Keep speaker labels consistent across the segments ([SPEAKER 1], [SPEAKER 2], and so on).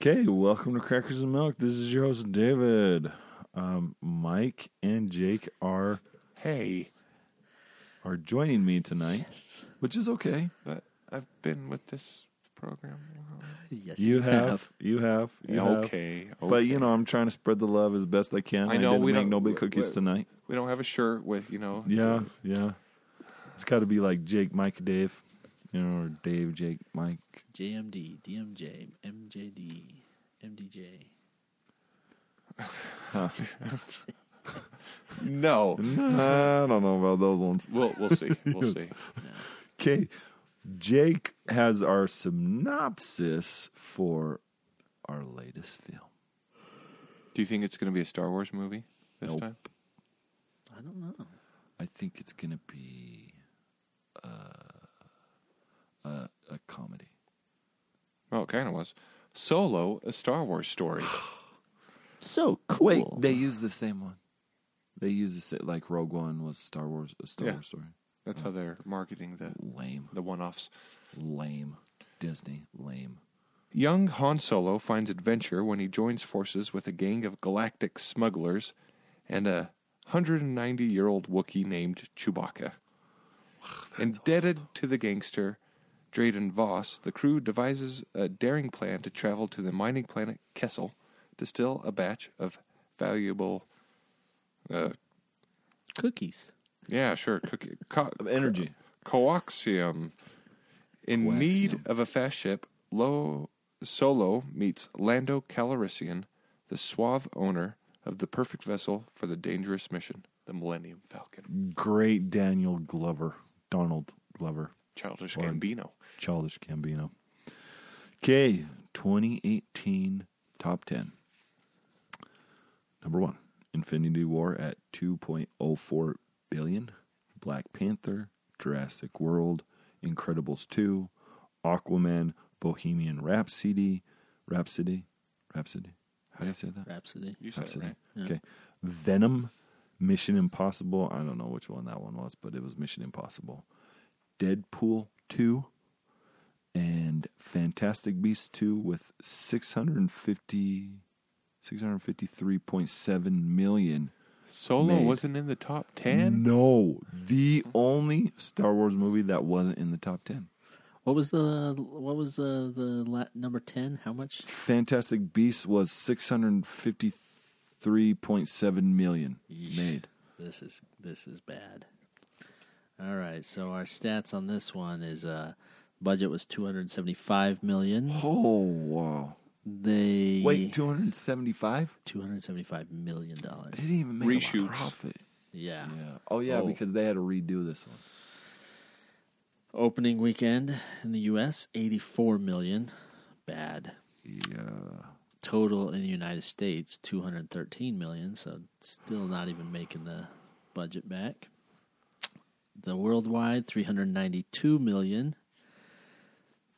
[SPEAKER 1] Okay, welcome to Crackers and Milk. This is your host David. Um, Mike and Jake are
[SPEAKER 2] Hey,
[SPEAKER 1] are joining me tonight, which is okay.
[SPEAKER 2] but I've been with this program. long.
[SPEAKER 3] Yes,
[SPEAKER 1] You have, you have, you have.
[SPEAKER 2] okay,
[SPEAKER 1] But you know, I'm trying to spread the love as best I can.
[SPEAKER 2] I know,
[SPEAKER 1] didn't
[SPEAKER 2] we
[SPEAKER 1] make
[SPEAKER 2] don't-
[SPEAKER 1] no big
[SPEAKER 2] we-
[SPEAKER 1] cookies
[SPEAKER 2] we-
[SPEAKER 1] tonight.
[SPEAKER 2] we don't have a shirt with you know.
[SPEAKER 1] Yeah, yeah. It's got to be like Jake, Mike, Dave, you know, or Dave, Jake, Mike.
[SPEAKER 3] JMD, DMJ, MJD, MDJ.
[SPEAKER 2] No,
[SPEAKER 1] Nah, I don't know about those ones.
[SPEAKER 2] we'll we'll see. We'll see.
[SPEAKER 1] Okay, Jake has our synopsis for our latest film.
[SPEAKER 2] Do you think it's going to be a Star Wars movie this
[SPEAKER 1] Nope.
[SPEAKER 2] time?
[SPEAKER 3] I don't know.
[SPEAKER 1] I think it's gonna be uh, a, a comedy.
[SPEAKER 2] Well, it kind of was. Solo, a Star Wars story.
[SPEAKER 3] So cool.
[SPEAKER 1] Wait, they use the same one. They use the same, like Rogue One was Star Wars, a Star
[SPEAKER 2] Yeah.
[SPEAKER 1] Wars story.
[SPEAKER 2] That's how they're marketing the
[SPEAKER 1] Lame,
[SPEAKER 2] the one-offs.
[SPEAKER 1] lame, Disney, lame.
[SPEAKER 2] Young Han Solo finds adventure when he joins forces with a gang of galactic smugglers and a 190 year old Wookiee named Chewbacca. Indebted to the gangster Drayden Voss, the crew devises a daring plan to travel to the mining planet Kessel to steal a batch of valuable. Uh,
[SPEAKER 3] cookies.
[SPEAKER 2] yeah, sure. Cookie, co-
[SPEAKER 1] Of energy.
[SPEAKER 2] Coaxium. In
[SPEAKER 1] Coaxium.
[SPEAKER 2] need of a fast ship, Lo Solo meets Lando Calrissian, the suave owner of the perfect vessel for the dangerous mission, the Millennium Falcon.
[SPEAKER 1] Great Daniel Glover, Donald Glover,
[SPEAKER 2] Childish
[SPEAKER 1] Or-
[SPEAKER 2] Gambino.
[SPEAKER 1] Childish Gambino. Okay, 2018 top 10. Number one, Infinity War at 2.04 billion. Black Panther, Jurassic World, Incredibles 2, Aquaman, Bohemian Rhapsody, Rhapsody, Rhapsody. How do you say that?
[SPEAKER 3] Rhapsody.
[SPEAKER 2] You said it
[SPEAKER 1] Absolutely.
[SPEAKER 2] right.
[SPEAKER 1] Okay. Venom, Mission Impossible. I don't know which one that one was, but it was Mission Impossible. Deadpool 2 and Fantastic Beasts 2 with 650 653.7 million.
[SPEAKER 2] Solo
[SPEAKER 1] Made.
[SPEAKER 2] wasn't in the top 10?
[SPEAKER 1] No, the only Star Wars movie that wasn't in the top 10.
[SPEAKER 3] What was the what was the the la- number ten? How much?
[SPEAKER 1] Fantastic Beasts was 653.7 million made.
[SPEAKER 3] This is this is bad. All right, so our stats on this one is uh budget was 275 million.
[SPEAKER 1] Oh, wow.
[SPEAKER 3] They
[SPEAKER 1] Wait, 275?
[SPEAKER 3] 275 million dollars.
[SPEAKER 1] They didn't even make
[SPEAKER 2] Reshoots.
[SPEAKER 1] a profit.
[SPEAKER 3] Yeah.
[SPEAKER 1] Yeah. Oh yeah,
[SPEAKER 3] Oh.
[SPEAKER 1] because they had to redo this one.
[SPEAKER 3] Opening weekend in the US 84 million. Bad.
[SPEAKER 1] Yeah.
[SPEAKER 3] total in the United States 213 million, so still not even making the budget back. The worldwide 392 million.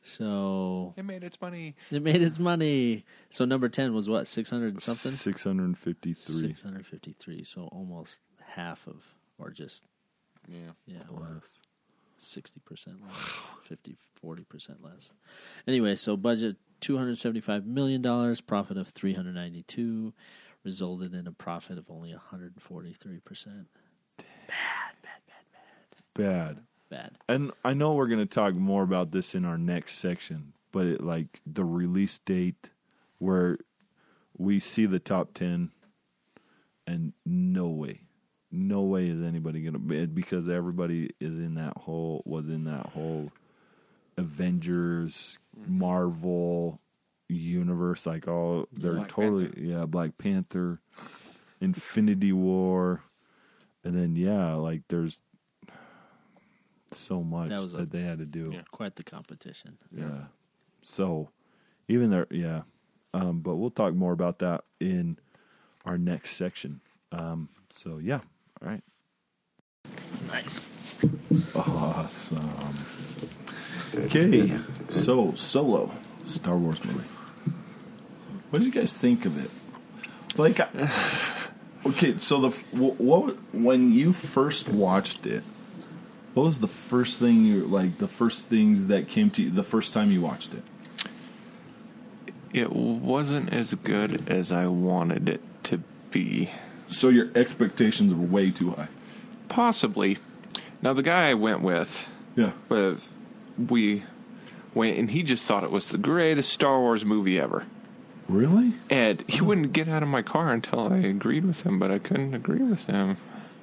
[SPEAKER 3] So
[SPEAKER 2] It made its money.
[SPEAKER 3] it made its money. So number 10 was what? 600 and something?
[SPEAKER 1] Six hundred and fifty three.
[SPEAKER 3] 653. So almost half of or just
[SPEAKER 2] Yeah.
[SPEAKER 3] yeah, well, 60% less, 50 40% less. Anyway, so budget 275 million dollars, profit of 392 resulted in a profit of only 143%.
[SPEAKER 1] Bad.
[SPEAKER 3] Bad.
[SPEAKER 1] And I know we're gonna talk more about this in our next section, but it like the release date where we see the top ten and no way. No way is anybody gonna bid because everybody is in that whole was in that whole Avengers, Marvel universe, like all they're
[SPEAKER 2] Black
[SPEAKER 1] totally
[SPEAKER 2] Panther.
[SPEAKER 1] yeah, Black Panther, Infinity War, and then yeah, like there's so much
[SPEAKER 3] That
[SPEAKER 1] that,
[SPEAKER 3] was a-
[SPEAKER 1] they had to do.
[SPEAKER 2] Yeah.
[SPEAKER 3] Quite the competition.
[SPEAKER 1] Yeah. So even there, yeah. Um, but we'll talk more about that in our next section. Um, so yeah. All right.
[SPEAKER 3] Nice.
[SPEAKER 1] Awesome. Okay. So solo Star Wars movie. What did you guys think of it? Like, I- okay. So the f- wh- what when you first watched it, what was the first thing you like? The first things that came to you the first time you watched it.
[SPEAKER 4] it wasn't as good as I wanted it to be.
[SPEAKER 1] So your expectations were way too high.
[SPEAKER 2] Possibly. Now, the guy I went with,
[SPEAKER 1] Yeah.
[SPEAKER 2] uh, we went and he just thought it was the greatest Star Wars movie ever.
[SPEAKER 1] Really?
[SPEAKER 2] And he
[SPEAKER 1] Hmm.
[SPEAKER 2] wouldn't get out of my car until I agreed with him, but I couldn't agree with him.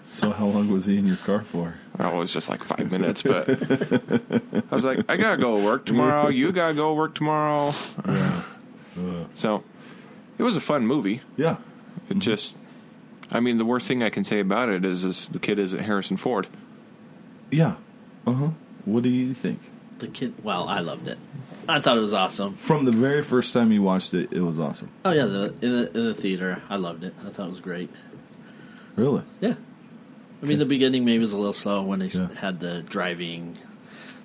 [SPEAKER 1] So how long was he in your car for?
[SPEAKER 2] Well, it was just like five minutes, but I was like, I gotta go work tomorrow. You gotta go work tomorrow. So it was a fun movie.
[SPEAKER 1] Yeah. Mm-hmm.
[SPEAKER 2] It just, I mean, the worst thing I can say about it is, is the kid isn't Harrison Ford.
[SPEAKER 1] Yeah. Uh huh. What do you think?
[SPEAKER 3] The kid. Well, I loved it. I thought it was awesome.
[SPEAKER 1] From the very first time you watched it, it was awesome.
[SPEAKER 3] Oh yeah, the in the, in the theater, I loved it. I thought it was great.
[SPEAKER 1] Really?
[SPEAKER 3] Yeah. I mean, the beginning maybe was a little slow when they s
[SPEAKER 1] Yeah.
[SPEAKER 3] had the driving.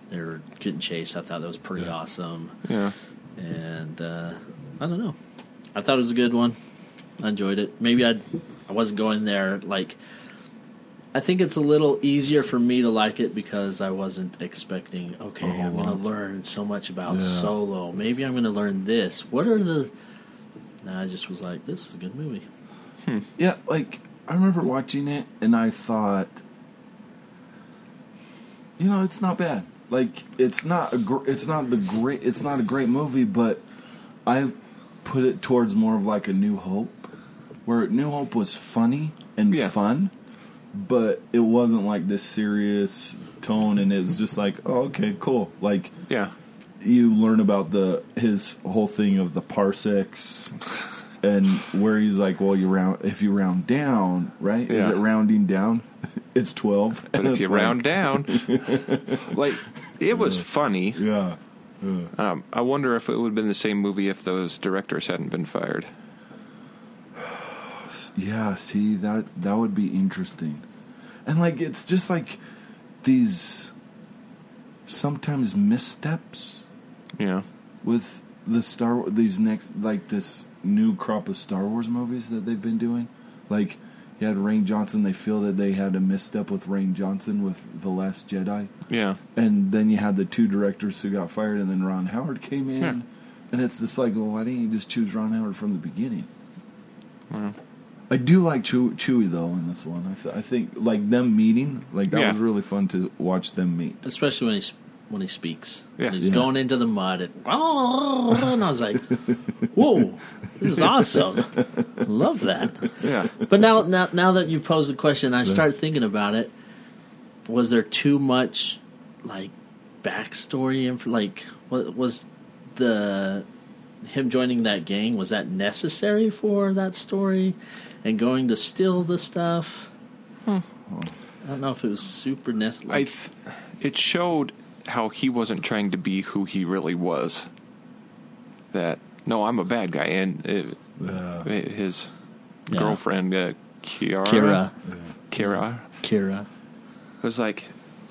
[SPEAKER 3] They were getting chased. I thought that was pretty
[SPEAKER 1] Yeah.
[SPEAKER 3] awesome.
[SPEAKER 2] Yeah.
[SPEAKER 3] And uh, I don't know. I thought it was a good one. I enjoyed it. Maybe I I wasn't going there like. I think it's a little easier for me to like it because I wasn't expecting. Okay,
[SPEAKER 1] whole
[SPEAKER 3] I'm going to
[SPEAKER 1] lot.
[SPEAKER 3] learn so much about
[SPEAKER 1] Yeah.
[SPEAKER 3] Solo. Maybe I'm going to learn this. What are the? Nah, I just was like, this is a good movie.
[SPEAKER 1] Yeah. Like I remember watching it, and I thought, you know, it's not bad. Like it's not a gr- it's not the great it's not a great movie, but I've put it towards more of like a New Hope, where New Hope was funny and
[SPEAKER 2] Yeah.
[SPEAKER 1] fun, but it wasn't like this serious tone, and it's just like, oh, okay, cool, like.
[SPEAKER 2] Yeah.
[SPEAKER 1] you learn about the his whole thing of the parsecs and where he's like, well, you round if you round down, right? Is
[SPEAKER 2] Yeah.
[SPEAKER 1] it rounding down? It's twelve.
[SPEAKER 2] But
[SPEAKER 1] And
[SPEAKER 2] if you
[SPEAKER 1] it's like-
[SPEAKER 2] round down, like, it was funny.
[SPEAKER 1] yeah,
[SPEAKER 2] Um, I wonder if it would have been the same movie if those directors hadn't been fired.
[SPEAKER 1] yeah. See that that would be interesting, and like it's just like these sometimes missteps
[SPEAKER 2] Yeah.
[SPEAKER 1] with the Star Wa- these next like this new crop of Star Wars movies that they've been doing. Like you had Rain Johnson, they feel that they had a misstep with Rain Johnson with The Last Jedi.
[SPEAKER 2] Yeah.
[SPEAKER 1] And then you had the two directors who got fired and then Ron Howard came in.
[SPEAKER 2] Yeah.
[SPEAKER 1] And it's just like, well, why didn't you just choose Ron Howard from the beginning? I do like Chew- Chewie though in this one. I, th- I think like them meeting, like that
[SPEAKER 2] Yeah.
[SPEAKER 1] was really fun to watch them meet.
[SPEAKER 3] especially when he's when he speaks.
[SPEAKER 2] Yeah.
[SPEAKER 3] he's
[SPEAKER 1] Yeah.
[SPEAKER 3] going into the mud and, "Oh," and I was like, "Whoa, this is awesome! Love that."
[SPEAKER 2] Yeah.
[SPEAKER 3] But now, now, now that you've posed the question, I start thinking about it. Was there too much like backstory and like what was the him joining that gang was that necessary for that story and going to steal the stuff? I don't know if it was super necessary.
[SPEAKER 2] I th- it showed how he wasn't trying to be who he really was. That no, I'm a bad guy, and it, his
[SPEAKER 3] Yeah.
[SPEAKER 2] girlfriend uh, Kiara,
[SPEAKER 3] Kira.
[SPEAKER 2] Kira
[SPEAKER 3] Kira.
[SPEAKER 2] was like,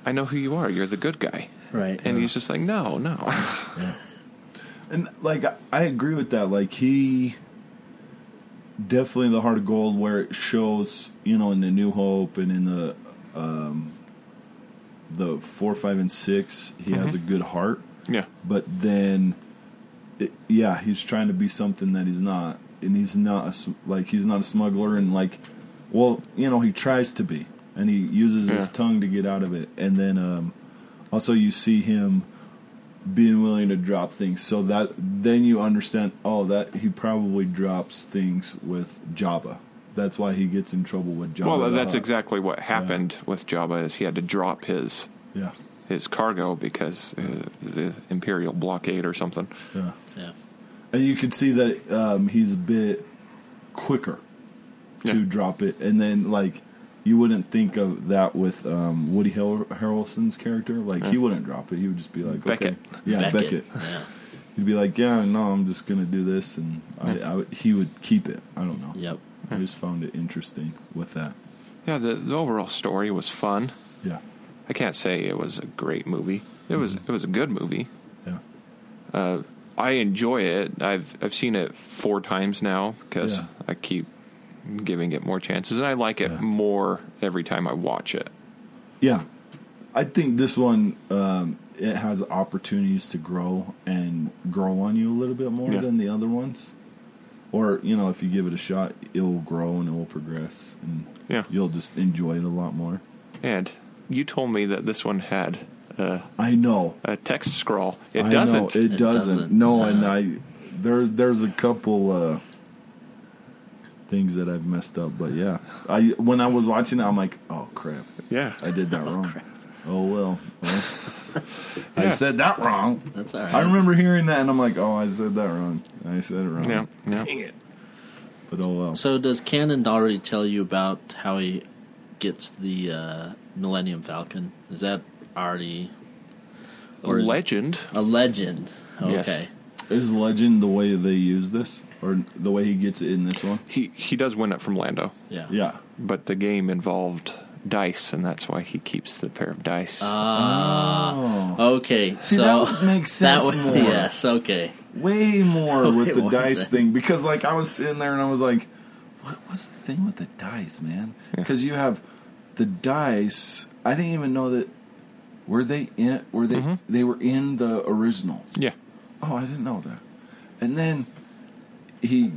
[SPEAKER 2] "I know who you are. You're the good guy."
[SPEAKER 3] Right.
[SPEAKER 2] And he's just like, "No, no,
[SPEAKER 1] And like I- I agree with that. Like he definitely the heart of gold where it shows, you know, in the New Hope and in the um the four, five, and six, he has a good heart.
[SPEAKER 2] yeah,
[SPEAKER 1] But then, it, yeah, he's trying to be something that he's not, and he's not a, sm- like he's not a smuggler, and like, well, you know, he tries to be, and he uses his
[SPEAKER 2] Yeah.
[SPEAKER 1] tongue to get out of it, and then um, also you see him being willing to drop things, so that then you understand, oh, that he probably drops things with Jabba. That's why he gets in trouble with Jabba.
[SPEAKER 2] Well,
[SPEAKER 1] the
[SPEAKER 2] that's
[SPEAKER 1] Hutt.
[SPEAKER 2] exactly what happened with Jabba. Is he had to drop his
[SPEAKER 1] Yeah,
[SPEAKER 2] his cargo because uh, the imperial blockade or something.
[SPEAKER 1] yeah.
[SPEAKER 3] Yeah.
[SPEAKER 1] And you can see that um, he's a bit quicker to
[SPEAKER 2] Yeah.
[SPEAKER 1] drop it, and then like you wouldn't think of that with um, Woody Har- Harrelson's character. Like he wouldn't drop it; he would just be like,
[SPEAKER 2] Beckett.
[SPEAKER 1] Okay. yeah, Beckett.
[SPEAKER 3] Yeah.
[SPEAKER 1] He'd be like, "Yeah, no, I'm just gonna do this," and I, I would- he would keep it. I don't know.
[SPEAKER 3] Yep.
[SPEAKER 1] I just found it interesting with that.
[SPEAKER 2] Yeah, the, the overall story was fun.
[SPEAKER 1] Yeah,
[SPEAKER 2] I can't say it was a great movie. It was
[SPEAKER 1] Mm-hmm.
[SPEAKER 2] it was a good movie.
[SPEAKER 1] yeah,
[SPEAKER 2] Uh, I enjoy it. I've I've seen it four times now because
[SPEAKER 1] Yeah.
[SPEAKER 2] I keep giving it more chances, and I like it
[SPEAKER 1] Yeah.
[SPEAKER 2] more every time I watch it.
[SPEAKER 1] yeah. I think this one um, it has opportunities to grow and grow on you a little bit more
[SPEAKER 4] Yeah.
[SPEAKER 1] than the other ones. Or you know, if you give it a shot, it will grow and it will progress, and
[SPEAKER 4] Yeah.
[SPEAKER 1] you'll just enjoy it a lot more.
[SPEAKER 4] And you told me that this one had uh,
[SPEAKER 1] I know
[SPEAKER 4] a text scroll. It
[SPEAKER 1] I
[SPEAKER 4] doesn't.
[SPEAKER 1] Know, it,
[SPEAKER 3] It
[SPEAKER 1] doesn't.
[SPEAKER 3] doesn't.
[SPEAKER 1] No, and I there's there's a couple uh things that I've messed up, but yeah. I when I was watching it, I'm like, oh crap,
[SPEAKER 4] yeah.
[SPEAKER 1] I did that wrong. Oh well, well. I
[SPEAKER 4] Yeah.
[SPEAKER 1] said that wrong.
[SPEAKER 3] That's all right.
[SPEAKER 1] I remember hearing that, and I'm like, oh, I said that wrong. I said it wrong.
[SPEAKER 4] Yeah. Yeah.
[SPEAKER 1] But oh well.
[SPEAKER 3] So does Cannon already tell you about how he gets the uh, Millennium Falcon? Is that already
[SPEAKER 4] A
[SPEAKER 3] is it-
[SPEAKER 4] legend.
[SPEAKER 3] a legend? Okay.
[SPEAKER 4] Yes.
[SPEAKER 1] Is legend the way they use this, or the way he gets it in this one?
[SPEAKER 2] He he does win it from Lando,
[SPEAKER 3] Yeah.
[SPEAKER 1] Yeah.
[SPEAKER 4] But the game involved dice, and that's why he keeps the pair of dice.
[SPEAKER 3] Ah.
[SPEAKER 1] oh,
[SPEAKER 3] okay.
[SPEAKER 1] See,
[SPEAKER 3] so
[SPEAKER 1] that makes sense
[SPEAKER 3] would-
[SPEAKER 1] more.
[SPEAKER 3] Yes. Okay.
[SPEAKER 1] way more with
[SPEAKER 3] It
[SPEAKER 1] the
[SPEAKER 3] was
[SPEAKER 1] dice
[SPEAKER 3] sense.
[SPEAKER 1] thing because like I was sitting there and I was like, what was the thing with the dice, man? Because you have the dice. I didn't even know that were they in were they they were in the original.
[SPEAKER 2] yeah,
[SPEAKER 1] Oh, I didn't know that. And then he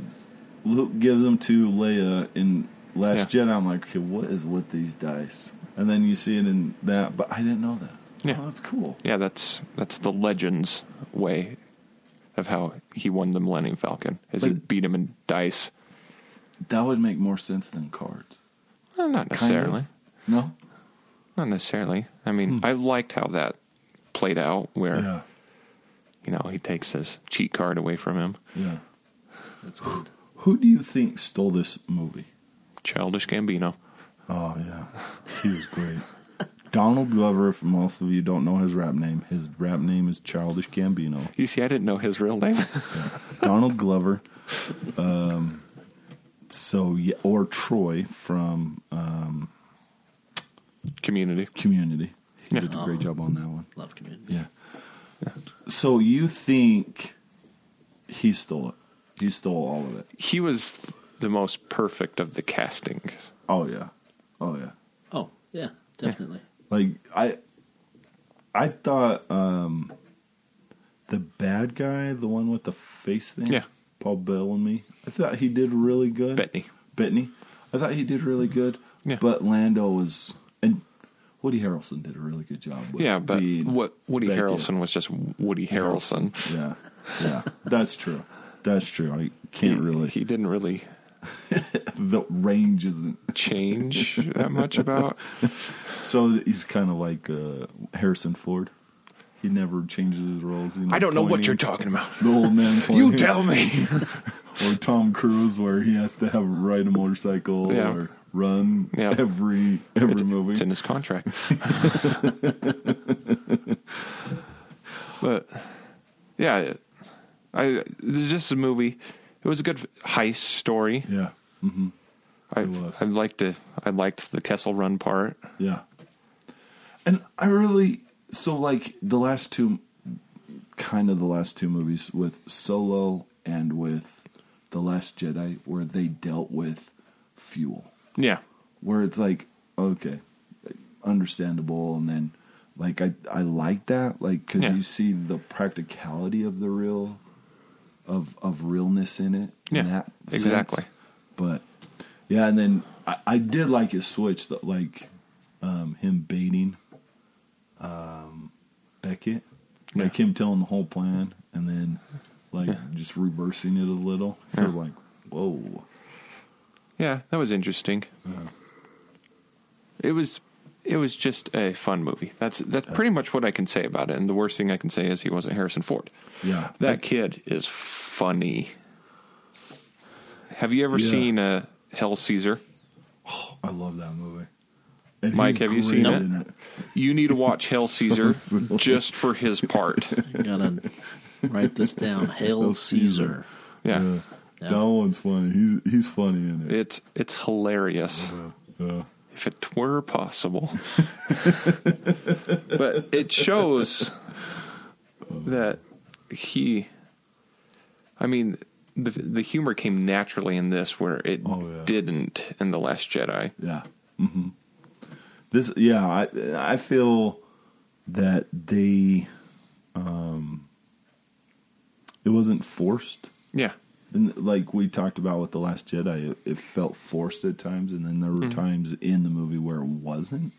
[SPEAKER 1] Luke gives them to Leia in Last Jedi. I'm like, okay, what is with these dice? And then you see it in that, but I didn't know that.
[SPEAKER 2] Yeah.
[SPEAKER 1] Oh, that's cool.
[SPEAKER 2] yeah. That's that's the legends way of how he won the Millennium Falcon is he
[SPEAKER 1] But-
[SPEAKER 2] beat him in dice.
[SPEAKER 1] That would make more sense than cards.
[SPEAKER 2] Well, not
[SPEAKER 1] Kind of.
[SPEAKER 2] necessarily.
[SPEAKER 1] No.
[SPEAKER 2] Not necessarily. I mean, I liked how that played out, where you know he takes his cheat card away from him.
[SPEAKER 1] Yeah.
[SPEAKER 3] That's weird.
[SPEAKER 1] Who do you think stole this movie?
[SPEAKER 2] Childish Gambino.
[SPEAKER 1] Oh yeah, he was great. Donald Glover. If most of you don't know his rap name, his rap name is Childish Gambino.
[SPEAKER 2] You see, I didn't know his real name.
[SPEAKER 1] Donald Glover. Um, so yeah, or Troy from uh,
[SPEAKER 2] Community.
[SPEAKER 1] Community. He
[SPEAKER 2] Yeah.
[SPEAKER 1] did a great job on that one.
[SPEAKER 3] Love community.
[SPEAKER 1] Yeah. So you think he stole it? He stole all of it?
[SPEAKER 2] He was the most perfect of the castings.
[SPEAKER 1] Oh yeah. Oh yeah.
[SPEAKER 3] Oh yeah, definitely.
[SPEAKER 1] Like I, I thought um, the bad guy, the one with the face thing,
[SPEAKER 2] Yeah.
[SPEAKER 1] Paul Bell and me. I thought he did really good.
[SPEAKER 2] Bettany.
[SPEAKER 1] Bettany. I thought he did really good.
[SPEAKER 2] Yeah.
[SPEAKER 1] But Lando was and Woody Harrelson did a really good job. With
[SPEAKER 2] Yeah, but
[SPEAKER 1] being
[SPEAKER 2] what Woody
[SPEAKER 1] Beckett.
[SPEAKER 2] Harrelson was just Woody Harrelson.
[SPEAKER 1] Yeah, yeah, that's true. That's true. I can't really.
[SPEAKER 2] He didn't really
[SPEAKER 1] the range isn't.
[SPEAKER 2] change that much about.
[SPEAKER 1] So he's kind of like uh, Harrison Ford. He never changes his roles. you
[SPEAKER 2] I don't know what
[SPEAKER 1] pointing.
[SPEAKER 2] you're talking about.
[SPEAKER 1] The old man.
[SPEAKER 2] You
[SPEAKER 1] pointing.
[SPEAKER 2] tell me.
[SPEAKER 1] or Tom Cruise where he has to have ride a motorcycle
[SPEAKER 2] Yeah.
[SPEAKER 1] or run
[SPEAKER 2] Yeah.
[SPEAKER 1] every every
[SPEAKER 2] It's-
[SPEAKER 1] movie.
[SPEAKER 2] It's in his contract. but yeah, I this is just a movie. It was a good heist story.
[SPEAKER 1] yeah,
[SPEAKER 2] I
[SPEAKER 1] it was.
[SPEAKER 2] I liked it. I liked the Kessel Run part.
[SPEAKER 1] yeah. And I really so like the last two, kind of the last two movies with Solo and with the Last Jedi, where they dealt with fuel.
[SPEAKER 2] Yeah,
[SPEAKER 1] where it's like okay understandable and then like i i like that like because
[SPEAKER 2] Yeah.
[SPEAKER 1] you see the practicality of the real of of realness in it
[SPEAKER 2] Yeah,
[SPEAKER 1] in that sense.
[SPEAKER 2] exactly.
[SPEAKER 1] but yeah and then i, I did like his switch that like um him baiting um beckett like him telling the whole plan and then like just reversing it a little you're
[SPEAKER 2] Yeah.
[SPEAKER 1] like whoa
[SPEAKER 2] yeah, that was interesting. It was. It was just a fun movie. That's that's pretty much what I can say about it. And the worst thing I can say is he wasn't Harrison Ford.
[SPEAKER 1] yeah
[SPEAKER 2] That kid is funny. Have you ever
[SPEAKER 1] Yeah.
[SPEAKER 2] seen uh, Hell Caesar?
[SPEAKER 1] I love that movie. And
[SPEAKER 2] Mike,
[SPEAKER 1] he's
[SPEAKER 2] have you
[SPEAKER 1] great
[SPEAKER 2] seen it?
[SPEAKER 1] in
[SPEAKER 2] You need to watch Hell Caesar
[SPEAKER 1] silly.
[SPEAKER 2] just for his part.
[SPEAKER 3] Gotta write this down. Hail
[SPEAKER 1] Hail Caesar.
[SPEAKER 3] Caesar.
[SPEAKER 2] Yeah.
[SPEAKER 1] Yeah.
[SPEAKER 3] Yeah.
[SPEAKER 1] That one's funny. He's he's funny in it. Uh,
[SPEAKER 2] It's it's hilarious.
[SPEAKER 1] Yeah.
[SPEAKER 2] If it were possible. but it shows that he I mean the the humor came naturally in this where it
[SPEAKER 1] Oh, yeah.
[SPEAKER 2] didn't in The Last Jedi.
[SPEAKER 1] Mm-hmm. yeah. hmm This yeah, I I feel that they, um, it wasn't forced.
[SPEAKER 2] Yeah.
[SPEAKER 1] And like we talked about with the Last Jedi, it, it felt forced at times, and then there were times in the movie where it wasn't.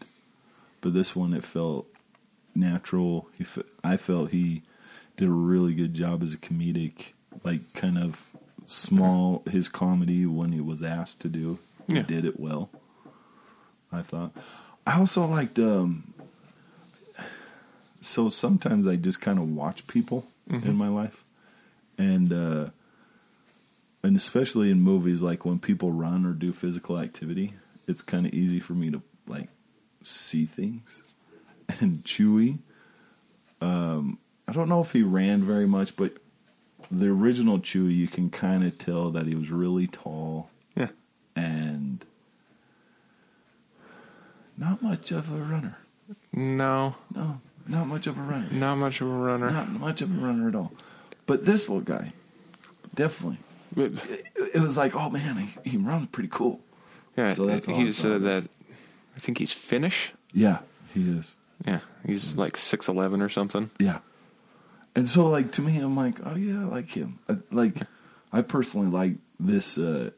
[SPEAKER 1] But this one, it felt natural. He, fe- I felt he did a really good job as a comedic, like kind of small his comedy when he was asked to do. He
[SPEAKER 2] Yeah.
[SPEAKER 1] did it well. I thought. I also liked. um So sometimes I just kind of watch people in my life, and. uh and especially in movies like when people run or do physical activity it's kind of easy for me to like see things and chewie um i don't know if he ran very much but the original chewie you can kind of tell that he was really tall
[SPEAKER 2] Yeah.
[SPEAKER 1] and not much of a runner
[SPEAKER 2] No,
[SPEAKER 1] no not much of a runner
[SPEAKER 2] not much of a runner.
[SPEAKER 1] not much of a runner at all but this little guy definitely it, it was like, oh man, he, he runs pretty cool.
[SPEAKER 2] Yeah,
[SPEAKER 1] So that's all
[SPEAKER 2] he's
[SPEAKER 1] it's all
[SPEAKER 2] uh, that. I think he's Finnish.
[SPEAKER 1] Yeah, he is.
[SPEAKER 2] Yeah,
[SPEAKER 1] Mm.
[SPEAKER 2] he's like six eleven or something.
[SPEAKER 1] Yeah. And so, like to me, I'm like, oh yeah, I like him. I, like, I personally like this. uh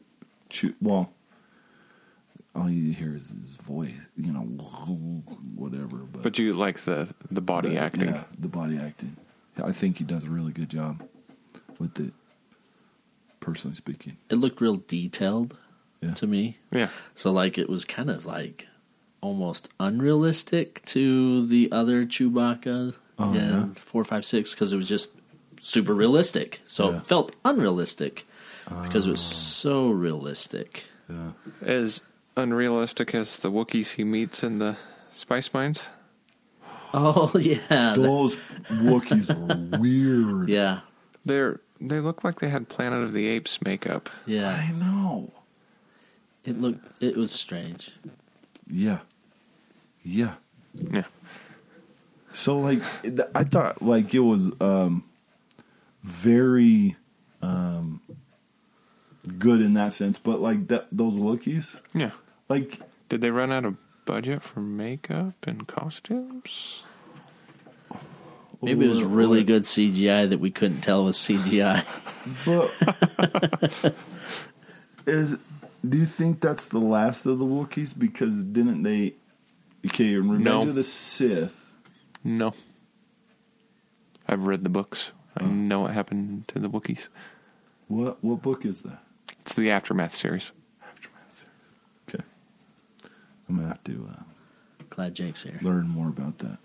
[SPEAKER 1] chu Well, all you hear is his voice, you know, whatever. But,
[SPEAKER 2] But you like the the body
[SPEAKER 1] but,
[SPEAKER 2] acting.
[SPEAKER 1] yeah, the body acting. I think he does a really good job with it. Personally speaking,
[SPEAKER 3] It looked real detailed
[SPEAKER 1] Yeah.
[SPEAKER 3] to me.
[SPEAKER 2] Yeah,
[SPEAKER 3] So like it was kind of like almost unrealistic to the other Chewbacca
[SPEAKER 1] Oh,
[SPEAKER 3] in
[SPEAKER 1] yeah.
[SPEAKER 3] four, five, six because it was just super realistic. So
[SPEAKER 1] Yeah. Ah.
[SPEAKER 3] it felt unrealistic because it was so realistic.
[SPEAKER 1] yeah,
[SPEAKER 2] as unrealistic as the Wookiees he meets in the spice mines.
[SPEAKER 3] Oh yeah, that-
[SPEAKER 1] those Wookiees are weird.
[SPEAKER 3] yeah,
[SPEAKER 2] They're they look like they had Planet of the Apes makeup.
[SPEAKER 3] yeah.
[SPEAKER 1] I know.
[SPEAKER 3] It looked it was strange.
[SPEAKER 1] Yeah. Yeah.
[SPEAKER 2] Yeah,
[SPEAKER 1] So like th- I thought like it was um very um good in that sense, but like that those Wookiees,
[SPEAKER 2] yeah.
[SPEAKER 1] like
[SPEAKER 2] Did they run out of budget for makeup and costumes?
[SPEAKER 3] Maybe it was
[SPEAKER 1] or-
[SPEAKER 3] really good CGI that we couldn't tell was CGI.
[SPEAKER 1] But is do you think that's the last of the Wookiees? Because didn't they? Okay, in Revenge
[SPEAKER 2] No.
[SPEAKER 1] of the Sith.
[SPEAKER 2] No. I've read the books. I know what happened to the Wookiees.
[SPEAKER 1] What what book is that?
[SPEAKER 2] It's the aftermath series.
[SPEAKER 1] Okay, I'm gonna have to uh,
[SPEAKER 3] Glad Jake's here.
[SPEAKER 1] learn more about that.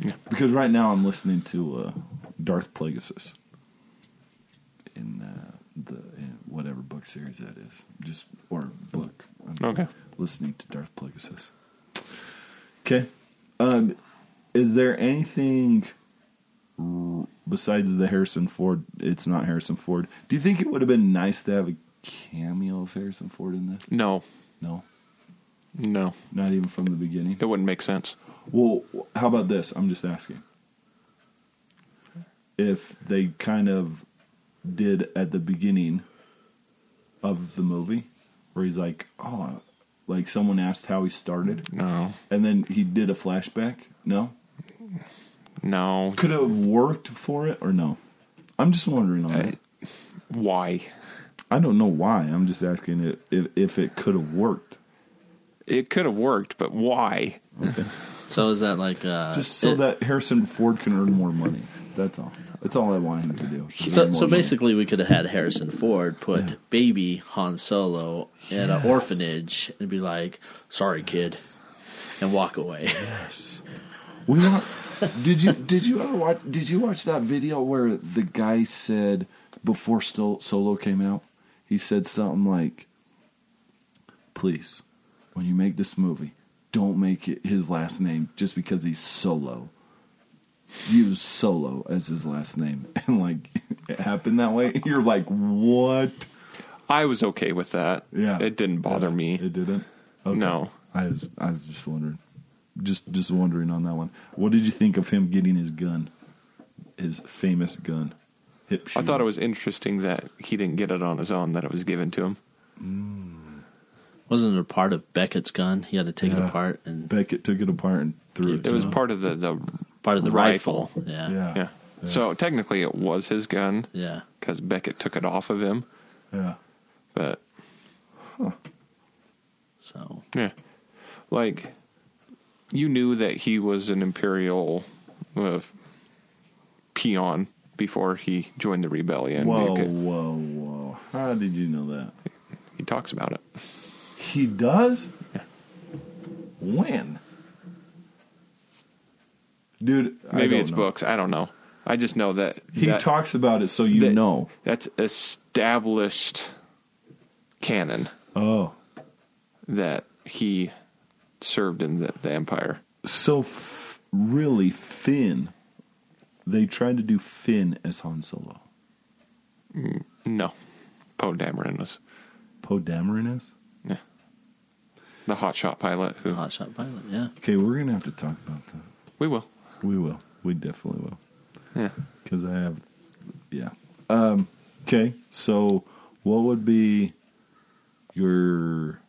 [SPEAKER 2] Yeah.
[SPEAKER 1] Because right now I'm listening to uh, Darth Plagueis in uh, the in whatever book series that is, just or book. I'm
[SPEAKER 2] Okay.
[SPEAKER 1] listening to Darth Plagueis. Okay, um, is there anything r- besides the Harrison Ford? It's not Harrison Ford. Do you think it would have been nice to have a cameo of Harrison Ford in this?
[SPEAKER 2] No.
[SPEAKER 1] No,
[SPEAKER 2] No.
[SPEAKER 1] not even from the beginning.
[SPEAKER 2] It wouldn't make sense.
[SPEAKER 1] Well, how about this? I'm just asking. If they kind of did at the beginning of the movie, where he's like, oh, like someone asked how he started,
[SPEAKER 2] No.
[SPEAKER 1] and then he did a flashback. No?
[SPEAKER 2] No.
[SPEAKER 1] Could it have worked for it or no? I'm just wondering on it.
[SPEAKER 2] Why?
[SPEAKER 1] I don't know why. I'm just asking it if, if it could have worked.
[SPEAKER 2] It could have worked, but why?
[SPEAKER 3] So is that like uh,
[SPEAKER 1] Just so
[SPEAKER 3] it-
[SPEAKER 1] that Harrison Ford can earn more money. That's all. That's all I want him to do.
[SPEAKER 3] So,
[SPEAKER 1] Earn more
[SPEAKER 3] so
[SPEAKER 1] money.
[SPEAKER 3] basically, we could have had Harrison Ford put baby Han Solo at an orphanage and be like, "Sorry, kid," and walk away.
[SPEAKER 1] We want. did you did you ever watch? Did you watch that video where the guy said before Sol- Solo came out, he said something like, "Please, when you make this movie, don't make it his last name just because he's Solo. Use Solo as his last name." And like, it happened that way. You're like, what?
[SPEAKER 2] I was okay with that.
[SPEAKER 1] Yeah.
[SPEAKER 2] It didn't bother
[SPEAKER 1] Yeah,
[SPEAKER 2] me.
[SPEAKER 1] It didn't.
[SPEAKER 2] No.
[SPEAKER 1] I was I was just wondering, just just wondering on that one. What did you think of him getting his gun, his famous gun, hip
[SPEAKER 2] I
[SPEAKER 1] shooter?
[SPEAKER 2] thought it was interesting that he didn't get it on his own, that it was given to him.
[SPEAKER 3] Wasn't it a part of Beckett's gun? He had to take
[SPEAKER 1] Yeah.
[SPEAKER 3] it apart and
[SPEAKER 1] Beckett took it apart and threw it.
[SPEAKER 2] It was
[SPEAKER 1] to him.
[SPEAKER 2] part of the, the
[SPEAKER 3] part of the rifle.
[SPEAKER 4] Rifle.
[SPEAKER 3] Yeah. yeah,
[SPEAKER 1] Yeah.
[SPEAKER 4] Yeah.
[SPEAKER 2] So technically, it was his gun
[SPEAKER 3] yeah,
[SPEAKER 2] because Beckett took it off of him.
[SPEAKER 1] Yeah.
[SPEAKER 2] But
[SPEAKER 3] So
[SPEAKER 2] yeah, like you knew that he was an imperial uh, peon before he joined the rebellion.
[SPEAKER 1] Whoa,
[SPEAKER 2] Beckett-
[SPEAKER 1] whoa, whoa. How did you know that?
[SPEAKER 2] He talks about it.
[SPEAKER 1] He does? When? Dude, I
[SPEAKER 2] Maybe
[SPEAKER 1] don't
[SPEAKER 2] it's
[SPEAKER 1] know.
[SPEAKER 2] books. I don't know. I just know that
[SPEAKER 1] He
[SPEAKER 2] that-
[SPEAKER 1] talks about it so you
[SPEAKER 2] that-
[SPEAKER 1] know.
[SPEAKER 2] that's established canon
[SPEAKER 1] Oh.
[SPEAKER 2] that he served in the, the empire.
[SPEAKER 1] So f- really Finn they tried to do Finn as Han Solo.
[SPEAKER 2] No, Poe Dameron was
[SPEAKER 1] Poe Dameron is?
[SPEAKER 2] yeah. the hotshot pilot who
[SPEAKER 3] hot shot pilot. Yeah,
[SPEAKER 1] Okay, we're going to have to talk about that.
[SPEAKER 2] we will.
[SPEAKER 1] We will. We definitely will.
[SPEAKER 2] Yeah,
[SPEAKER 1] Cuz I have yeah. Um okay. So what would be your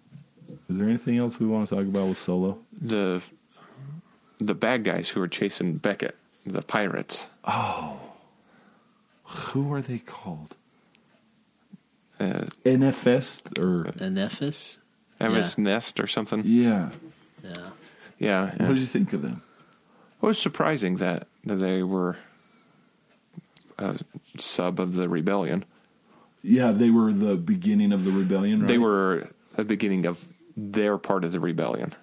[SPEAKER 1] Is there anything else we want to talk about with Solo?
[SPEAKER 2] the the bad guys who were chasing Beckett, the pirates.
[SPEAKER 1] Who are they called?
[SPEAKER 2] Uh,
[SPEAKER 1] NFS or
[SPEAKER 3] Anephis.
[SPEAKER 2] MS Nest or something.
[SPEAKER 1] yeah.
[SPEAKER 3] Yeah,
[SPEAKER 2] Yeah.
[SPEAKER 1] What
[SPEAKER 2] and
[SPEAKER 1] did you think of them?
[SPEAKER 2] it was surprising that, that they were a sub of the rebellion.
[SPEAKER 1] Yeah, they were the beginning of the rebellion. Right?
[SPEAKER 2] They were a beginning of their part of the rebellion.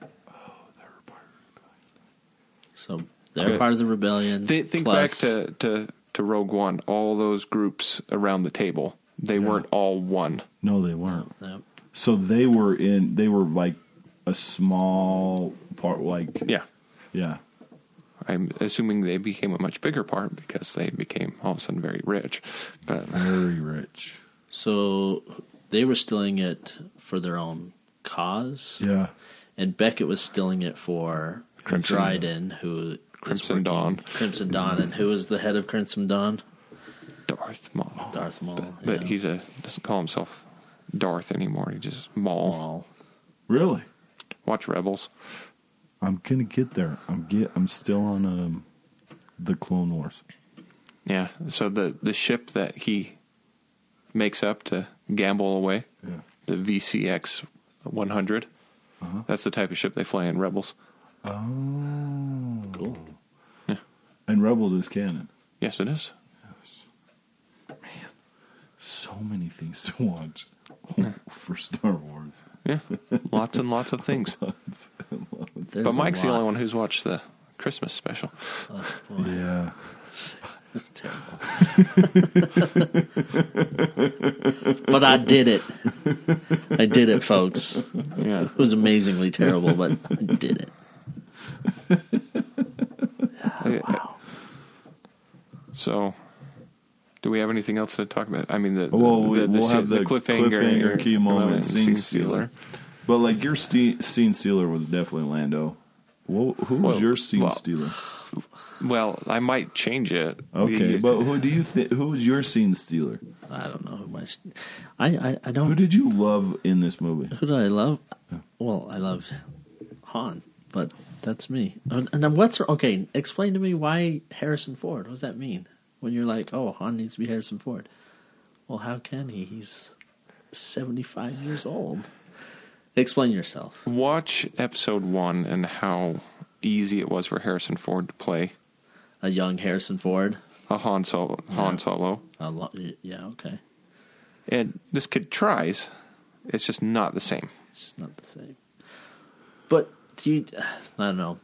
[SPEAKER 3] so they're
[SPEAKER 2] Okay.
[SPEAKER 3] part of the rebellion.
[SPEAKER 2] Th- think
[SPEAKER 3] plus-
[SPEAKER 2] back to, to, to Rogue One, all those groups around the table, they weren't all one.
[SPEAKER 1] no, they weren't.
[SPEAKER 3] Yep.
[SPEAKER 1] So they were in. They were like a small part. Like
[SPEAKER 2] Yeah.
[SPEAKER 1] yeah,
[SPEAKER 2] I'm assuming they became a much bigger part because they became all of a sudden very rich. But
[SPEAKER 1] very rich.
[SPEAKER 3] So they were stealing it for their own cause,
[SPEAKER 1] Yeah,
[SPEAKER 3] and Beckett was stealing it for
[SPEAKER 2] Crimson-
[SPEAKER 3] Dryden, who is
[SPEAKER 2] Crimson
[SPEAKER 3] working-
[SPEAKER 2] Dawn.
[SPEAKER 3] Crimson Dawn, and who was the head of Crimson Dawn?
[SPEAKER 2] Darth Maul.
[SPEAKER 3] Darth Maul.
[SPEAKER 2] But, but
[SPEAKER 3] yeah.
[SPEAKER 2] he uh, doesn't call himself Darth anymore. He just Maul.
[SPEAKER 3] Maul.
[SPEAKER 1] really.
[SPEAKER 2] Watch Rebels.
[SPEAKER 1] I'm gonna get there. I'm get. I'm still on um, the Clone Wars.
[SPEAKER 2] Yeah. So the, the ship that he makes up to gamble away,
[SPEAKER 1] Yeah.
[SPEAKER 2] the VCX 100,
[SPEAKER 3] Uh-huh.
[SPEAKER 2] that's the type of ship they fly in Rebels.
[SPEAKER 1] Oh,
[SPEAKER 3] Cool.
[SPEAKER 1] And Rebels is canon.
[SPEAKER 2] Yes, it is.
[SPEAKER 1] So many things to watch for Star Wars.
[SPEAKER 2] Yeah. lots and lots of things.
[SPEAKER 3] There's
[SPEAKER 2] but
[SPEAKER 3] a
[SPEAKER 2] Mike's the
[SPEAKER 3] lot.
[SPEAKER 2] only one who's watched the Christmas special.
[SPEAKER 3] Oh, boy.
[SPEAKER 1] Yeah.
[SPEAKER 3] That's terrible. but I did it. I did it, folks. It
[SPEAKER 2] Yeah.
[SPEAKER 3] was amazingly terrible, but I did it.
[SPEAKER 2] Wow. So, do we have anything else to talk about? I mean, the, the,
[SPEAKER 1] Well, we-
[SPEAKER 2] the, the
[SPEAKER 1] we'll
[SPEAKER 2] se-
[SPEAKER 1] have the cliffhanger, key moment, scene stealer. But like your ste- scene stealer was definitely Lando. Wha who was
[SPEAKER 2] Well,
[SPEAKER 1] your scene
[SPEAKER 2] well,
[SPEAKER 1] stealer?
[SPEAKER 2] Well, I might change it.
[SPEAKER 1] Okay,
[SPEAKER 2] You-
[SPEAKER 1] but who do you think? Who was your scene stealer?
[SPEAKER 3] I don't know who my. st- I I, I don't.
[SPEAKER 1] Who did you love in this movie?
[SPEAKER 3] Who did I love? Well, I loved Han, but that's me. And and then what's okay? Explain to me why Harrison Ford. What does that mean? When you're like, oh, Han needs to be Harrison Ford. Well, how can he? He's seventy five years old. Explain yourself.
[SPEAKER 2] watch episode one and how easy it was for Harrison Ford to play
[SPEAKER 3] A young Harrison Ford.
[SPEAKER 2] a Han Solo. Han
[SPEAKER 3] Yeah.
[SPEAKER 2] Solo,
[SPEAKER 3] A lo- yeah, okay.
[SPEAKER 2] and this kid tries. It's just not the same.
[SPEAKER 3] It's not the same. But do you, I don't know.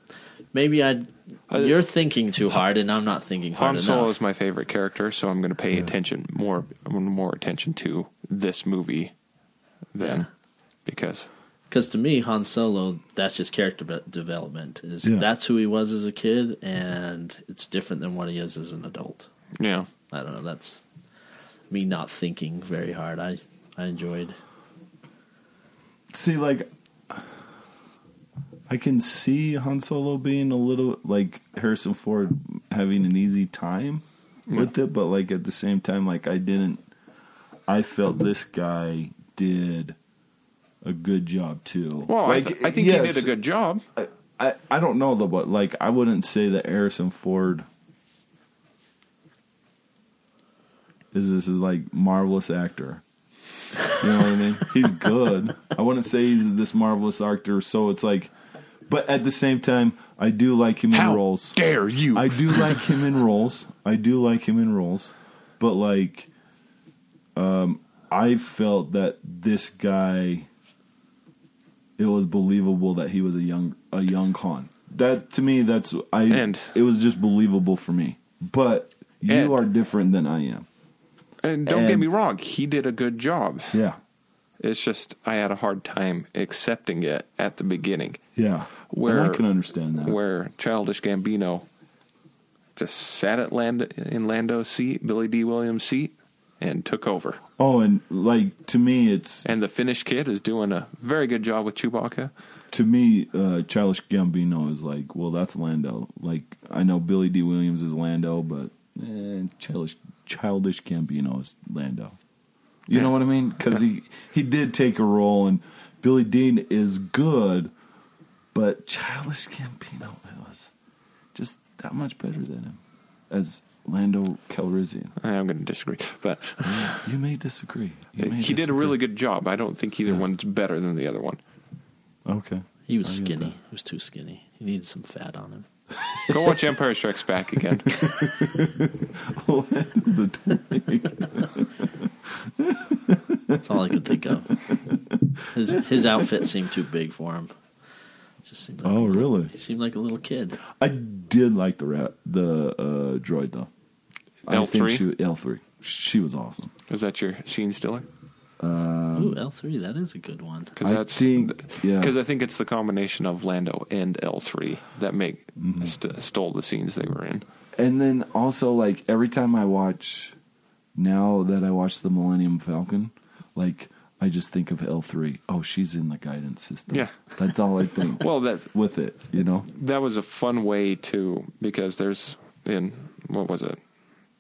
[SPEAKER 3] Maybe I. You're thinking too hard, and I'm not thinking hard
[SPEAKER 2] Han Solo
[SPEAKER 3] enough.
[SPEAKER 2] is my favorite character, so I'm going to pay attention more more attention to this movie than
[SPEAKER 3] Yeah.
[SPEAKER 2] because
[SPEAKER 3] Because to me, Han Solo, that's just character ve- development. Is
[SPEAKER 1] Yeah.
[SPEAKER 3] that's who he was as a kid, and it's different than what he is as an adult.
[SPEAKER 2] yeah.
[SPEAKER 3] I don't know. That's me not thinking very hard. I I enjoyed.
[SPEAKER 1] See, like, I can see Han Solo being a little like Harrison Ford having an easy time with it, but like at the same time, like I didn't. I felt this guy did a good job too.
[SPEAKER 2] Well,
[SPEAKER 1] like,
[SPEAKER 2] I, th- I think he did a good job.
[SPEAKER 1] I, I don't know though, but like I wouldn't say that Harrison Ford is this is like marvelous actor. You know what I mean? He's good. I wouldn't say he's this marvelous actor. So it's like, but at the same time, I do like him
[SPEAKER 2] How
[SPEAKER 1] in roles.
[SPEAKER 2] dare you?
[SPEAKER 1] I do like him in roles. I do like him in roles, but like, um, I felt that this guy, it was believable that he was a young a young con. That to me, that's I.
[SPEAKER 2] And-
[SPEAKER 1] it was just believable for me. But you
[SPEAKER 2] And-
[SPEAKER 1] are different than I am.
[SPEAKER 2] and don't get
[SPEAKER 1] and-
[SPEAKER 2] me wrong, he did a good job.
[SPEAKER 1] Yeah,
[SPEAKER 2] It's just I had a hard time accepting it at the beginning,
[SPEAKER 1] yeah.
[SPEAKER 2] Where-
[SPEAKER 1] And I can understand that.
[SPEAKER 2] where Childish Gambino just sat at Land in Lando's seat, Billy D. Williams' seat, and took over.
[SPEAKER 1] oh, and like to me, it's
[SPEAKER 2] And the Finnish kid is doing a very good job with Chewbacca.
[SPEAKER 1] to me, uh, Childish Gambino is like, well, that's Lando. Like, I know Billy D. Williams is Lando, but eh, Childish Childish Gambino is Lando. You know what I mean? Because he he did take a role, and Billy Dean is good, but Childish Gambino was just that much better than him as Lando Calrissian.
[SPEAKER 2] I'm going to disagree, but
[SPEAKER 1] You may disagree. You may
[SPEAKER 2] he did a
[SPEAKER 1] disagree.
[SPEAKER 2] really good job. I don't think either one's better than the other one.
[SPEAKER 1] okay.
[SPEAKER 3] He was
[SPEAKER 1] I get
[SPEAKER 3] skinny.
[SPEAKER 1] that.
[SPEAKER 3] He was too skinny. He needed some fat on him.
[SPEAKER 2] Go watch Empire Strikes Back again.
[SPEAKER 1] It was a twig.
[SPEAKER 3] That's all I could think of. His his outfit seemed too big for him. Just seemed like
[SPEAKER 1] oh, really?
[SPEAKER 3] he seemed like a little kid.
[SPEAKER 1] I did like the rat, the uh, droid though. I think
[SPEAKER 2] L3?
[SPEAKER 1] she L three. She was awesome.
[SPEAKER 2] Is that your scene stiller?
[SPEAKER 1] Um,
[SPEAKER 3] Ooh, L three. That is a good one.
[SPEAKER 1] I think yeah.
[SPEAKER 2] Because I think it's the combination of Lando and L3 that make
[SPEAKER 1] Mm-hmm.
[SPEAKER 2] st- stole the scenes they were in.
[SPEAKER 1] and then also like every time I watch, now that I watch the Millennium Falcon, like I just think of L three. Oh, she's in the guidance system.
[SPEAKER 2] Yeah.
[SPEAKER 1] that's all I think.
[SPEAKER 2] Well, that
[SPEAKER 1] with it, you know.
[SPEAKER 2] that was a fun way to because there's in what was it?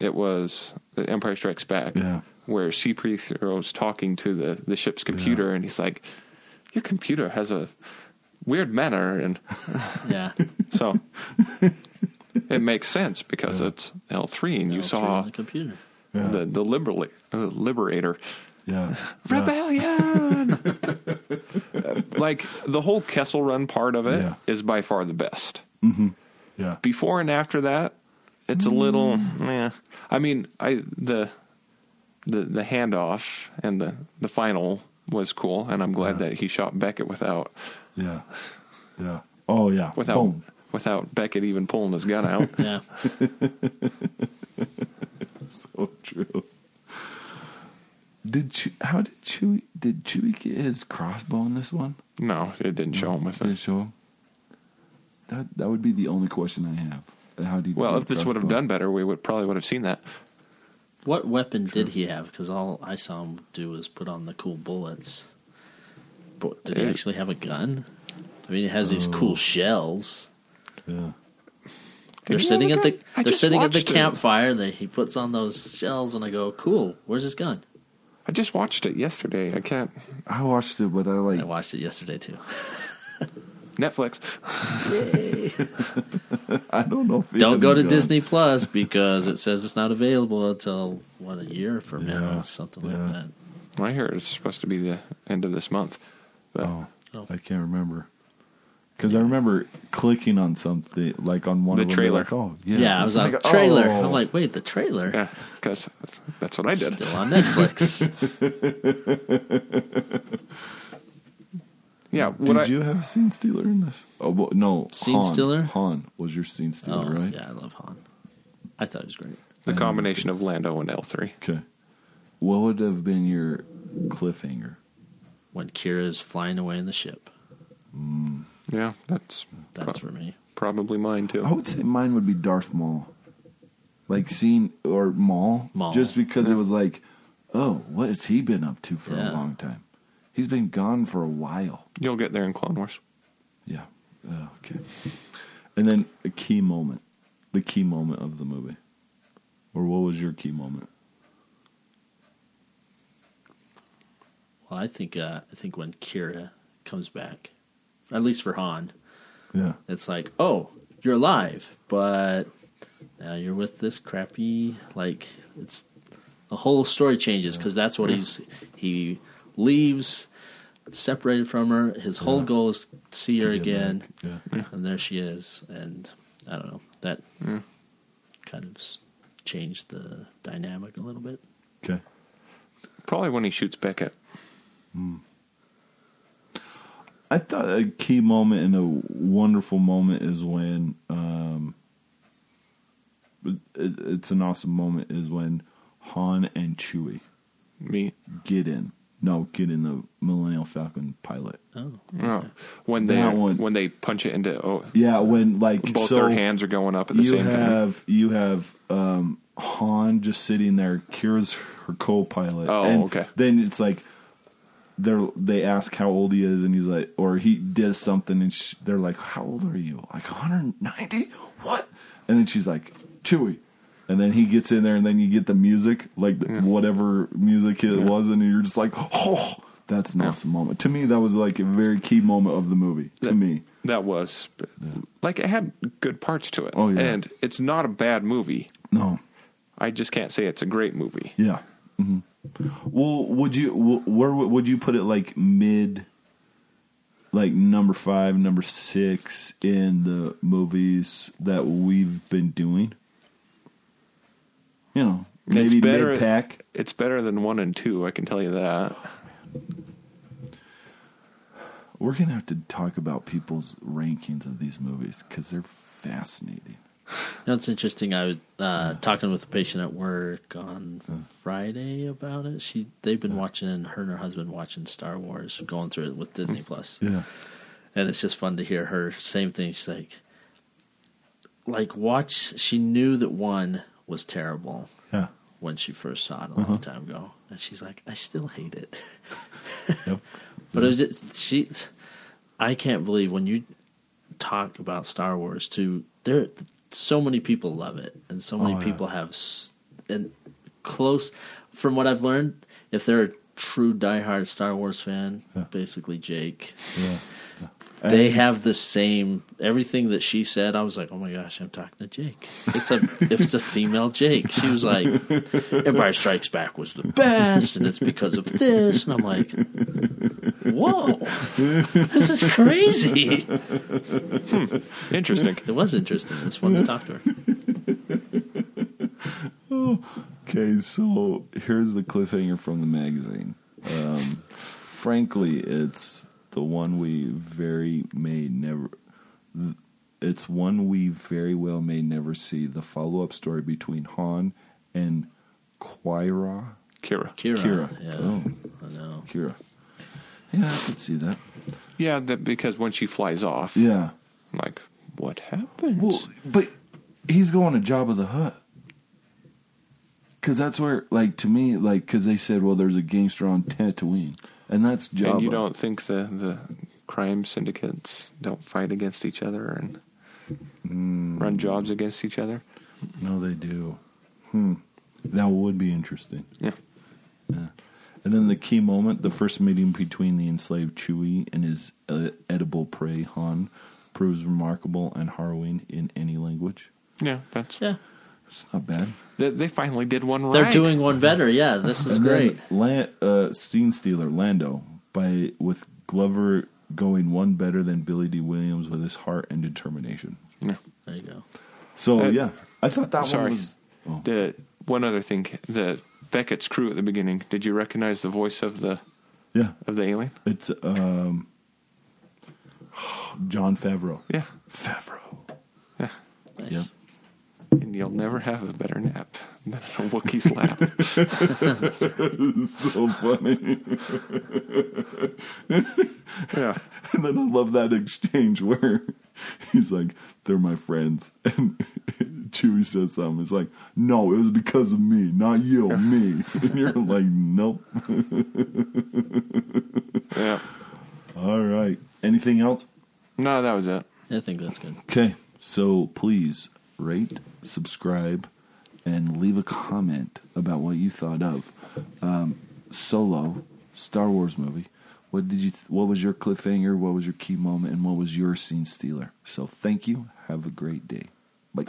[SPEAKER 2] It was The Empire Strikes Back,
[SPEAKER 1] Yeah.
[SPEAKER 2] where C-3PO's talking to the the ship's computer, and he's like, "Your computer has a weird manner," and
[SPEAKER 3] Yeah,
[SPEAKER 2] so it makes sense because it's L3, and you
[SPEAKER 3] L3
[SPEAKER 2] saw
[SPEAKER 3] on the computer.
[SPEAKER 2] the the liberally uh, liberator
[SPEAKER 1] Yeah,
[SPEAKER 2] rebellion. like the whole Kessel Run part of it is
[SPEAKER 1] Yeah.
[SPEAKER 2] by far the best.
[SPEAKER 1] yeah.
[SPEAKER 2] Before and after that, it's a little.
[SPEAKER 1] Mm.
[SPEAKER 2] Yeah, I mean, I the the the handoff and the the final was cool, and I'm glad that he shot Beckett without
[SPEAKER 1] yeah, yeah. Oh yeah.
[SPEAKER 2] without
[SPEAKER 1] Boom.
[SPEAKER 2] without Beckett even pulling his gun out.
[SPEAKER 3] Yeah,
[SPEAKER 1] so true. Did Chew- how did Chewie did Chewie get his crossbow in this one?
[SPEAKER 2] no, it didn't show him with
[SPEAKER 1] Did it
[SPEAKER 2] it.
[SPEAKER 1] show him? That that would be the only question I have. How do you?
[SPEAKER 2] Well,
[SPEAKER 1] do
[SPEAKER 2] if this would have
[SPEAKER 1] crossbow?
[SPEAKER 2] done better, we would probably would have seen that.
[SPEAKER 3] what weapon did he have? Because all I saw him do was put on the cool bullets. But did he
[SPEAKER 2] Yeah.
[SPEAKER 3] actually have a gun? I mean, it has these cool shells. They're
[SPEAKER 2] Did he
[SPEAKER 3] sitting
[SPEAKER 2] have
[SPEAKER 3] at
[SPEAKER 2] a
[SPEAKER 3] the
[SPEAKER 2] gun? I
[SPEAKER 3] they're
[SPEAKER 2] just
[SPEAKER 3] sitting at the
[SPEAKER 2] watched it.
[SPEAKER 3] campfire. That he puts on those shells, and I go, "Cool, where's his gun?"
[SPEAKER 2] I just watched it yesterday. I can't
[SPEAKER 1] I watched it, but I like.
[SPEAKER 3] I watched it yesterday too.
[SPEAKER 2] Netflix.
[SPEAKER 1] I don't know. if it
[SPEAKER 3] Don't
[SPEAKER 1] had
[SPEAKER 3] go
[SPEAKER 1] a
[SPEAKER 3] to
[SPEAKER 1] gun.
[SPEAKER 3] Disney Plus because it says it's not available until what a year from now,
[SPEAKER 1] Yeah,
[SPEAKER 3] something
[SPEAKER 1] yeah.
[SPEAKER 3] like that.
[SPEAKER 2] I hear it's supposed to be the end of this month. But
[SPEAKER 1] Oh,
[SPEAKER 3] Oh.
[SPEAKER 1] I can't remember. Because I remember clicking on something like on one
[SPEAKER 2] The
[SPEAKER 1] of them,
[SPEAKER 2] trailer.
[SPEAKER 1] Like, oh, yeah.
[SPEAKER 3] Yeah, I was on
[SPEAKER 1] Like,
[SPEAKER 3] trailer.
[SPEAKER 1] oh.
[SPEAKER 3] I'm like, wait, the trailer
[SPEAKER 2] yeah, because that's what I
[SPEAKER 3] It's
[SPEAKER 2] did.
[SPEAKER 3] still on Netflix.
[SPEAKER 2] Yeah, what
[SPEAKER 1] Did
[SPEAKER 2] I,
[SPEAKER 1] you have scene stealer in this? Oh well, no,
[SPEAKER 3] Scene
[SPEAKER 1] Han.
[SPEAKER 3] stealer?
[SPEAKER 1] Han was your scene
[SPEAKER 3] oh,
[SPEAKER 1] stealer, right?
[SPEAKER 3] yeah, I love Han. I thought it was great.
[SPEAKER 2] the combination of Lando and L three.
[SPEAKER 1] Okay. What would have been your cliffhanger?
[SPEAKER 3] When Kira is flying away in the ship,
[SPEAKER 2] Yeah, that's
[SPEAKER 3] that's
[SPEAKER 2] pro-
[SPEAKER 3] for me.
[SPEAKER 2] probably mine too.
[SPEAKER 1] I would say mine would be Darth Maul, like seeing or Maul,
[SPEAKER 3] Maul.
[SPEAKER 1] just because it was like, oh, what has he been up to for a
[SPEAKER 3] Yeah.
[SPEAKER 1] long time? He's been gone for a while.
[SPEAKER 2] You'll get there in Clone Wars.
[SPEAKER 1] Yeah. Oh, okay. And then a key moment, the key moment of the movie, or what was your key moment?
[SPEAKER 3] Well, I think uh, I think when Kira comes back, at least for Han,
[SPEAKER 1] Yeah.
[SPEAKER 3] It's like, oh, you're alive, but now you're with this crappy. Like it's the whole story changes because that's what he's he leaves, separated from her. His whole
[SPEAKER 1] Yeah.
[SPEAKER 3] goal is to see her
[SPEAKER 1] To get
[SPEAKER 3] again,
[SPEAKER 1] back. Yeah.
[SPEAKER 3] and there she is. And I don't know that kind of s- changed the dynamic a little bit.
[SPEAKER 1] Okay.
[SPEAKER 2] Probably when he shoots back up.
[SPEAKER 1] I thought a key moment and a wonderful moment is when um, it, it's an awesome moment is when Han and Chewie
[SPEAKER 2] Me. Oh,
[SPEAKER 1] get in. No, get in the Millennial Falcon pilot.
[SPEAKER 3] Oh,
[SPEAKER 2] Oh. When they
[SPEAKER 1] That one.
[SPEAKER 2] when they punch it into oh,
[SPEAKER 1] Yeah, when like
[SPEAKER 2] both
[SPEAKER 1] so
[SPEAKER 2] their hands are going up at the
[SPEAKER 1] you
[SPEAKER 2] same time.
[SPEAKER 1] have you have um, Han just sitting there, Kira's her co-pilot.
[SPEAKER 2] Oh,
[SPEAKER 1] and
[SPEAKER 2] okay.
[SPEAKER 1] Then it's like they are they ask how old he is, and he's like, or he does something, and sh they're like, "How old are you? Like 190? What?" And then she's like, "Chewy." And then he gets in there, and then you get the music, like whatever music it was, and you're just like, "Oh, that's an awesome moment." To me, that was like a very key moment of the movie. To me,
[SPEAKER 2] That was like it had good parts to it.
[SPEAKER 1] Oh, yeah.
[SPEAKER 2] And it's not a bad movie.
[SPEAKER 1] no,
[SPEAKER 2] I just can't say it's a great movie.
[SPEAKER 1] Yeah. hmm Well, would you wh- where would would you put it? Like mid, like number five, number six in the movies that we've been doing. You know,
[SPEAKER 2] It's
[SPEAKER 1] maybe
[SPEAKER 2] better-
[SPEAKER 1] mid pack.
[SPEAKER 2] It's better than one and two, I can tell you that.
[SPEAKER 1] We're gonna have to talk about people's rankings of these movies because they're fascinating.
[SPEAKER 3] You know, it's interesting. I was uh, talking with a patient at work on Friday about it. She, they've been watching, and her and her husband watching Star Wars, going through it with Disney Plus,
[SPEAKER 1] Mm. Yeah.
[SPEAKER 3] and it's just fun to hear her same thing. She's like, like watch. She knew that one was terrible
[SPEAKER 1] Yeah.
[SPEAKER 3] when she first saw it a long
[SPEAKER 1] Uh-huh.
[SPEAKER 3] time ago, and she's like, I still hate it.
[SPEAKER 1] Yep.
[SPEAKER 3] But it
[SPEAKER 1] Mm.
[SPEAKER 3] was just, she, I can't believe when you talk about Star Wars too. There, so many people love it, and so many
[SPEAKER 1] Oh, yeah.
[SPEAKER 3] people have s- and close. From what I've learned, if they're a true diehard Star Wars fan, basically Jake, they have the same everything that she said. I was like, oh my gosh, I'm talking to Jake. It's a if it's a female Jake. She was like, Empire Strikes Back was the best, and it's because of this. And I'm like, whoa, this is crazy.
[SPEAKER 1] Hmm,
[SPEAKER 2] Interesting.
[SPEAKER 3] It was interesting. It was fun to talk to her.
[SPEAKER 1] Okay, so here's the cliffhanger from the magazine. Um, frankly, it's the one we very may never. th- It's one we very well may never see. The follow up story between Han and Quira.
[SPEAKER 2] Kira.
[SPEAKER 3] Kira.
[SPEAKER 1] Kira.
[SPEAKER 3] Yeah,
[SPEAKER 1] Oh.
[SPEAKER 3] I know.
[SPEAKER 1] Kira. Yeah, I could see that.
[SPEAKER 2] Yeah, that because when she flies off,
[SPEAKER 1] Yeah.
[SPEAKER 2] I'm like, what happens?
[SPEAKER 1] Well, but he's going to Jabba the Hutt. Because that's where, like, to me, like, because they said, well, there's a gangster on Tatooine. And that's Jabba.
[SPEAKER 2] and you don't think the, the crime syndicates don't fight against each other and
[SPEAKER 1] Hmm.
[SPEAKER 2] run jobs against each other?
[SPEAKER 1] No, they do. Hmm. That would be interesting.
[SPEAKER 2] Yeah.
[SPEAKER 1] Yeah. And then the key moment, the first meeting between the enslaved Chewie and his uh, edible prey, Han, proves remarkable and harrowing in any language.
[SPEAKER 2] Yeah, that's
[SPEAKER 3] Yeah,
[SPEAKER 1] It's not bad.
[SPEAKER 2] they, they finally did one right.
[SPEAKER 3] they're doing one better. Yeah, this is
[SPEAKER 1] And
[SPEAKER 3] great.
[SPEAKER 1] then Lan- uh, Scene Stealer, Lando, by with Glover going one better than Billy D. Williams with his heart and determination.
[SPEAKER 2] Yeah.
[SPEAKER 3] There you go.
[SPEAKER 1] So,
[SPEAKER 2] Uh,
[SPEAKER 1] yeah. I thought that
[SPEAKER 2] sorry.
[SPEAKER 1] one was. Oh.
[SPEAKER 2] The one other thing, the Beckett's crew at the beginning. Did you recognize the voice of the
[SPEAKER 1] Yeah.
[SPEAKER 2] of the alien?
[SPEAKER 1] It's um, John Favreau.
[SPEAKER 2] Yeah.
[SPEAKER 1] Favreau.
[SPEAKER 3] Nice.
[SPEAKER 1] Yep.
[SPEAKER 2] And you'll never have a better nap than in a Wookiee's lap.
[SPEAKER 1] so funny.
[SPEAKER 2] yeah.
[SPEAKER 1] And then I love that exchange where he's like, "They're my friends," and Chewie says something. It's like, "No, it was because of me, not you, me." And you're like, "Nope."
[SPEAKER 2] Yeah.
[SPEAKER 1] All right. Anything else?
[SPEAKER 2] No, that was it.
[SPEAKER 3] I think that's good.
[SPEAKER 1] Okay. So please rate, subscribe, and leave a comment about what you thought of um, Solo Star Wars movie. What did you? Th- what was your cliffhanger? What was your key moment? And what was your scene stealer? So thank you. Have a great day. Bye.